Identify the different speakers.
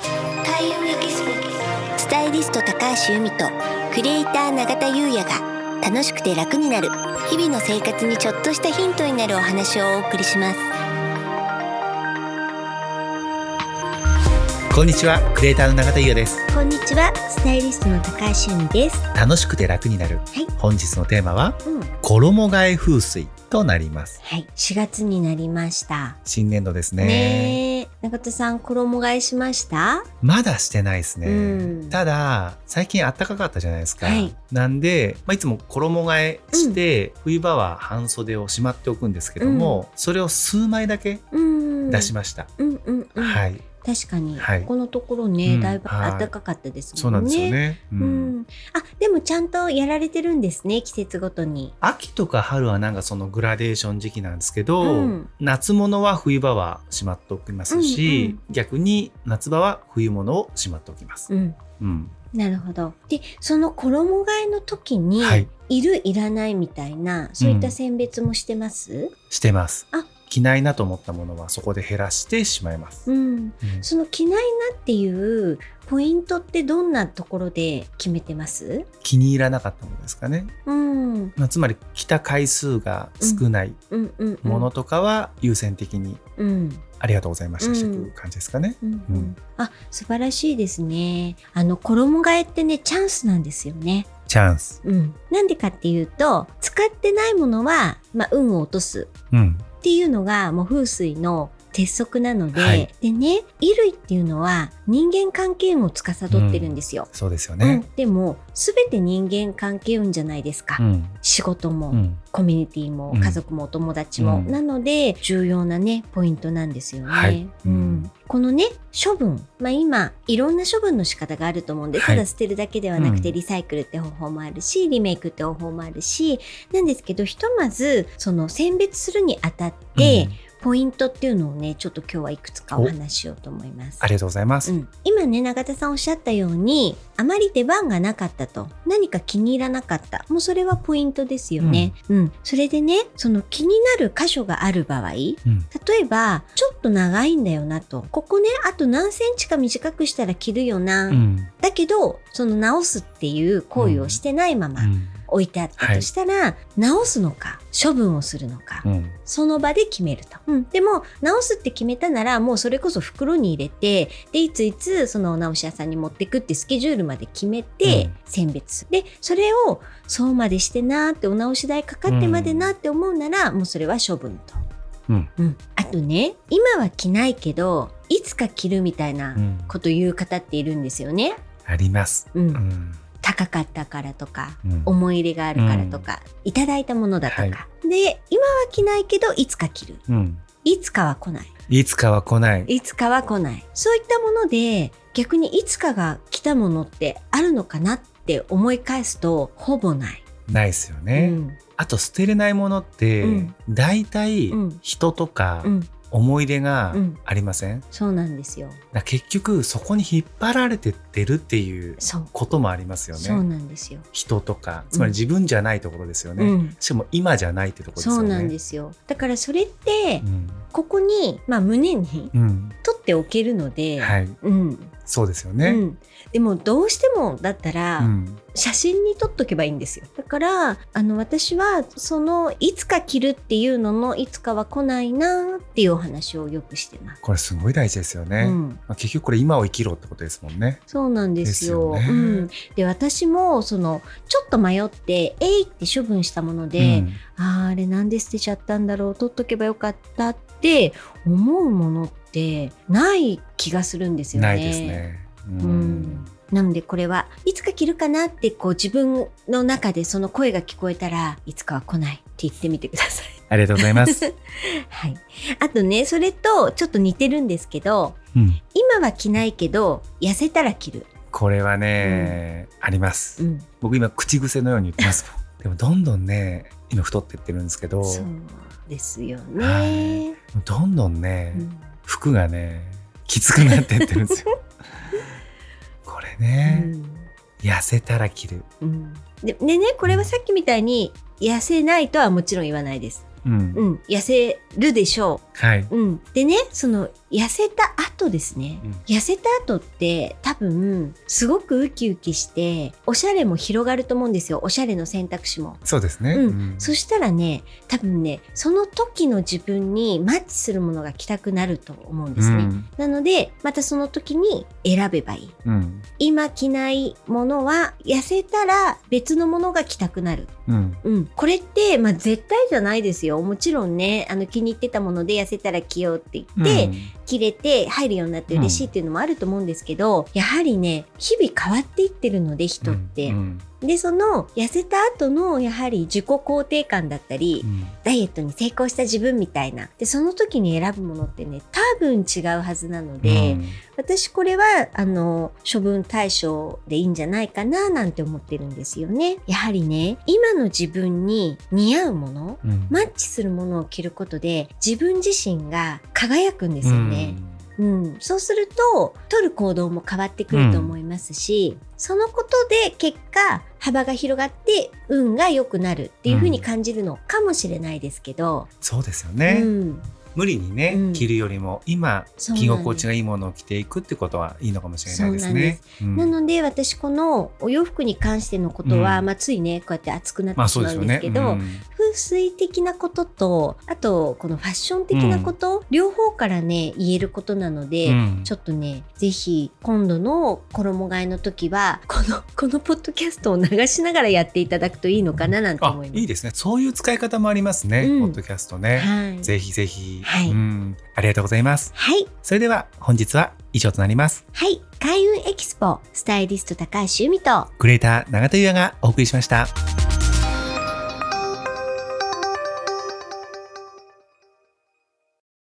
Speaker 1: 田優也ギススタイリスト高橋由美とクリエイター永田優也が楽しくて楽になる日々の生活にちょっとしたヒントになるお話をお送りします
Speaker 2: こんにちは、クリエイターの永田優也です。
Speaker 1: こんにちはスタイリストの高橋由美です
Speaker 2: 楽しくて楽になる。
Speaker 1: はい
Speaker 2: 本日のテーマは、
Speaker 1: うん
Speaker 2: 衣替え風水となります。
Speaker 1: はい4月になりました
Speaker 2: 新年度ですね。
Speaker 1: ねえ永田さん衣替えしました
Speaker 2: まだしてないですね。
Speaker 1: うん
Speaker 2: ただ、最近暖かかったじゃないですか。
Speaker 1: はい
Speaker 2: なんで、まあ、いつも衣替えして、冬場は半袖をしまっておくんですけども、それを数枚だけ
Speaker 1: うん
Speaker 2: 出しました。
Speaker 1: うんうんうん、
Speaker 2: はい。
Speaker 1: 確かに、
Speaker 2: はい
Speaker 1: ここのところね、
Speaker 2: うん
Speaker 1: だいぶ
Speaker 2: はい
Speaker 1: 暖かかったですもんね。
Speaker 2: そうなんですよね。う
Speaker 1: うんん、あでもちゃんとやられてるんですね季節ごとに。
Speaker 2: 秋とか春はなんかそのグラデーション時期なんですけど、
Speaker 1: うん
Speaker 2: 夏物は冬場はしまっておきますし、
Speaker 1: うんうん
Speaker 2: 逆に夏場は冬物をしまっておきます。
Speaker 1: うん、
Speaker 2: うん
Speaker 1: なるほどでその衣替えの時に、
Speaker 2: はい
Speaker 1: い、るいらないみたいなそういった選別もしてます、
Speaker 2: してます
Speaker 1: あ。
Speaker 2: 着ないなと思ったものはそこで減らしてしまいます。
Speaker 1: うん
Speaker 2: うん
Speaker 1: その着ないなっていうポイントってどんなところで決めてます、
Speaker 2: 気に入らなかったものですかね。
Speaker 1: うん、うん
Speaker 2: まあ、つまり着た回数が少ない
Speaker 1: うんうん
Speaker 2: ものとかは優先的に
Speaker 1: うん
Speaker 2: ありがとうございましたして
Speaker 1: うん
Speaker 2: いく感じですかね。
Speaker 1: うん
Speaker 2: う
Speaker 1: うんん、あ素晴らしいですねあの衣替えってねチャンスなんですよね
Speaker 2: チャンス。
Speaker 1: うん、なんでかっていうと使ってないものは、まあ、運を落とす
Speaker 2: うん。
Speaker 1: っていうのがもう風水の鉄則なので、
Speaker 2: はい
Speaker 1: でね衣類っていうのは人間関係運を司ってるんですよ。
Speaker 2: そうですよ
Speaker 1: うん
Speaker 2: ね。
Speaker 1: でも全て人間関係運じゃないですか。
Speaker 2: うん。
Speaker 1: 仕事も、
Speaker 2: うん。
Speaker 1: コミュニティも
Speaker 2: うん
Speaker 1: 家族もお友達も、
Speaker 2: うん
Speaker 1: なので重要なねポイントなんですよね、
Speaker 2: はいうん
Speaker 1: このね処分、まあ、今いろんな処分の仕方があると思うんで、
Speaker 2: はい
Speaker 1: ただ捨てるだけではなくて、
Speaker 2: うん
Speaker 1: リサイクルって方法もあるしリメイクって方法もあるしなんですけどひとまずその選別するにあたって、
Speaker 2: うん
Speaker 1: ポイントっていうのをねちょっと今日はいくつかお話ししようと思います
Speaker 2: あ。りがとうございます。
Speaker 1: うん、今ね永田さんおっしゃったようにあまり出番がなかったと何か気に入らなかったもうそれはポイントですよね、うんそれでねその気になる箇所がある場合例
Speaker 2: うん。
Speaker 1: えばちょっと長いんだよなとここねあと何センチか短くしたら着るよな、
Speaker 2: うん。
Speaker 1: だけどその直すっていう行為をしてないまま
Speaker 2: うん
Speaker 1: 置いてあったとしたら、直すのか処分をするのか、
Speaker 2: うん。
Speaker 1: その場で決めると。うん、でも、直すって決めたなら、もうそれこそ袋に入れて、で、いついつ、そのお直し屋さんに持ってくってスケジュールまで決め
Speaker 2: う
Speaker 1: て
Speaker 2: ん、
Speaker 1: 選別する。で、それを、そうまでしてなーって、お直し代かかってまでなーって思うなら、もうそれは処分と。
Speaker 2: うん。
Speaker 1: うん。あとね、今は着ないけど、いつか着るみたいな
Speaker 2: うん
Speaker 1: こと言う方っているんですよね。
Speaker 2: あります。
Speaker 1: うん。
Speaker 2: うん。
Speaker 1: 高かったからとか、
Speaker 2: うん
Speaker 1: 思い入れがあるからとか、いただいたものだとか。
Speaker 2: はい
Speaker 1: で、今は着ないけど、いつか着る。
Speaker 2: うん。
Speaker 1: いつかは来ない。
Speaker 2: いつかは来ない。
Speaker 1: いつかは来ない。そういったもので、逆にいつかが来たものってあるのかなって思い返すと、ほぼない。
Speaker 2: ないですよ
Speaker 1: う
Speaker 2: ね。
Speaker 1: ん
Speaker 2: あと捨てれないものって、
Speaker 1: うん
Speaker 2: 大体
Speaker 1: うん
Speaker 2: 人とか
Speaker 1: うん。
Speaker 2: 思い出が
Speaker 1: うん
Speaker 2: ありません、だか
Speaker 1: そうなんですよ。
Speaker 2: ら結局そこに引っ張られてってるっていう
Speaker 1: そう。
Speaker 2: こともありますよ
Speaker 1: そう
Speaker 2: ね。
Speaker 1: なんですよ。
Speaker 2: 人とかつまり自分じゃないところですよね。
Speaker 1: うん。
Speaker 2: しかも今じゃないってところです
Speaker 1: そ
Speaker 2: よ
Speaker 1: う
Speaker 2: ね。
Speaker 1: なんですよ。だからそれって
Speaker 2: う、ん
Speaker 1: ここに、まあ胸に
Speaker 2: うん
Speaker 1: 取っておけるので、
Speaker 2: はい、
Speaker 1: うん。
Speaker 2: そうですよ
Speaker 1: う
Speaker 2: ね。
Speaker 1: ん。でもどうしてもだったら、
Speaker 2: うん
Speaker 1: 写真に撮っとけばいいんですよだからあの私はそのいつか着るっていうののいつかは来ないなっていうお話をよくしてます、
Speaker 2: これすごい大事ですよね。
Speaker 1: う
Speaker 2: ま
Speaker 1: ん、
Speaker 2: あ結局これ今を生きろってことですもんね。
Speaker 1: そうなんですよ
Speaker 2: ですよね
Speaker 1: うん、で私もそのちょっと迷って「えい!」って処分したもの
Speaker 2: う
Speaker 1: で
Speaker 2: ん
Speaker 1: 「あーあれなんで捨てちゃったんだろう取っとけばよかった」って思うものってない気がするんですよね。
Speaker 2: ないですね。うん
Speaker 1: うんなのでこれはいつか着るかなってこう自分の中でその声が聞こえたらいつかは来ないって言ってみてください。
Speaker 2: ありがとうござい ます。
Speaker 1: はい、あとねそれとちょっと似てるんですけど
Speaker 2: うん
Speaker 1: 今は着ないけど痩せたら着る。
Speaker 2: これはね、あります。
Speaker 1: うん、
Speaker 2: 僕今口癖のように言ってますもんでもどんどんね今太ってってるんですけど
Speaker 1: そうですよ
Speaker 2: は
Speaker 1: ね。
Speaker 2: どんどんね、
Speaker 1: うん
Speaker 2: 服がねきつくなってってるんですよ これね、痩せたら着る、
Speaker 1: うんででねこれはさっきみたいに痩せないとはもちろん言わないです。
Speaker 2: うん
Speaker 1: うん、痩せるでしょう
Speaker 2: はい、
Speaker 1: うん、でねその痩せた後ですね、
Speaker 2: うん
Speaker 1: 痩せた後って多分すごくウキウキしておしゃれも広がると思うんですよおしゃれの選択肢も。
Speaker 2: そうですね。
Speaker 1: うん
Speaker 2: うん
Speaker 1: そしたらね多分ねその時の自分にマッチするものが着たくなると思うんですね。
Speaker 2: うん
Speaker 1: なのでまたその時に選べばいい。
Speaker 2: うん
Speaker 1: 今着ないものは痩せたら別のものが着たくなる。
Speaker 2: うん
Speaker 1: うん、これって、まあ、絶対じゃないですよもちろんねあの気に入ってたもので痩せたら着ようって言って、着れて入るようになって嬉しいっていうのもあると思うんですけど、やはりね日々変わっていってるので人って、
Speaker 2: うんうん
Speaker 1: でその痩せた後のやはり自己肯定感だったり、
Speaker 2: うん
Speaker 1: ダイエットに成功した自分みたいなでその時に選ぶものってね多分違うはずなので、
Speaker 2: うん
Speaker 1: 私これはあの処分対象でいいんじゃないかななんて思ってるんですよね。やはりね今の自分に似合うもの
Speaker 2: うん
Speaker 1: マッチするものを着ることで自分自身が輝くんですよね。うんそうすると取る行動も変わってくると思いますし、そのことで結果幅が広がって運が良くなるっていうふうに感じるのかもしれないですけど、
Speaker 2: そうですよ
Speaker 1: う
Speaker 2: ね、
Speaker 1: ん、
Speaker 2: 無理にね、
Speaker 1: うん
Speaker 2: 着るよりも今
Speaker 1: そうなんで
Speaker 2: 着
Speaker 1: す
Speaker 2: 心地がいいものを着ていくってことはいいのかもしれないですね。うん
Speaker 1: なので私このお洋服に関してのことは、
Speaker 2: うん
Speaker 1: まあ、ついねこうやって熱くなっ
Speaker 2: まあ
Speaker 1: てし
Speaker 2: そうで
Speaker 1: ますう
Speaker 2: よ
Speaker 1: んで
Speaker 2: ね
Speaker 1: す。け
Speaker 2: う
Speaker 1: ど
Speaker 2: ん
Speaker 1: 風水的なこととあとこのファッション的なこと、両方からね言えることなので、
Speaker 2: うん
Speaker 1: ちょっとね、ぜひ今度の衣替えの時は、この、 このポッドキャストを流しながらやっていただくといいのかななんて
Speaker 2: あ
Speaker 1: 思います。
Speaker 2: いいですね。そういう使い方もありますね。
Speaker 1: うん
Speaker 2: ポッドキャストね。
Speaker 1: はい。
Speaker 2: ぜひぜひ、
Speaker 1: はい
Speaker 2: うん。ありがとうございます。
Speaker 1: はい。
Speaker 2: それでは本日は以上となります。
Speaker 1: はい。開運エキスポ、スタイリスト高橋由美と、
Speaker 2: クリエイター永田優也がお送りしました。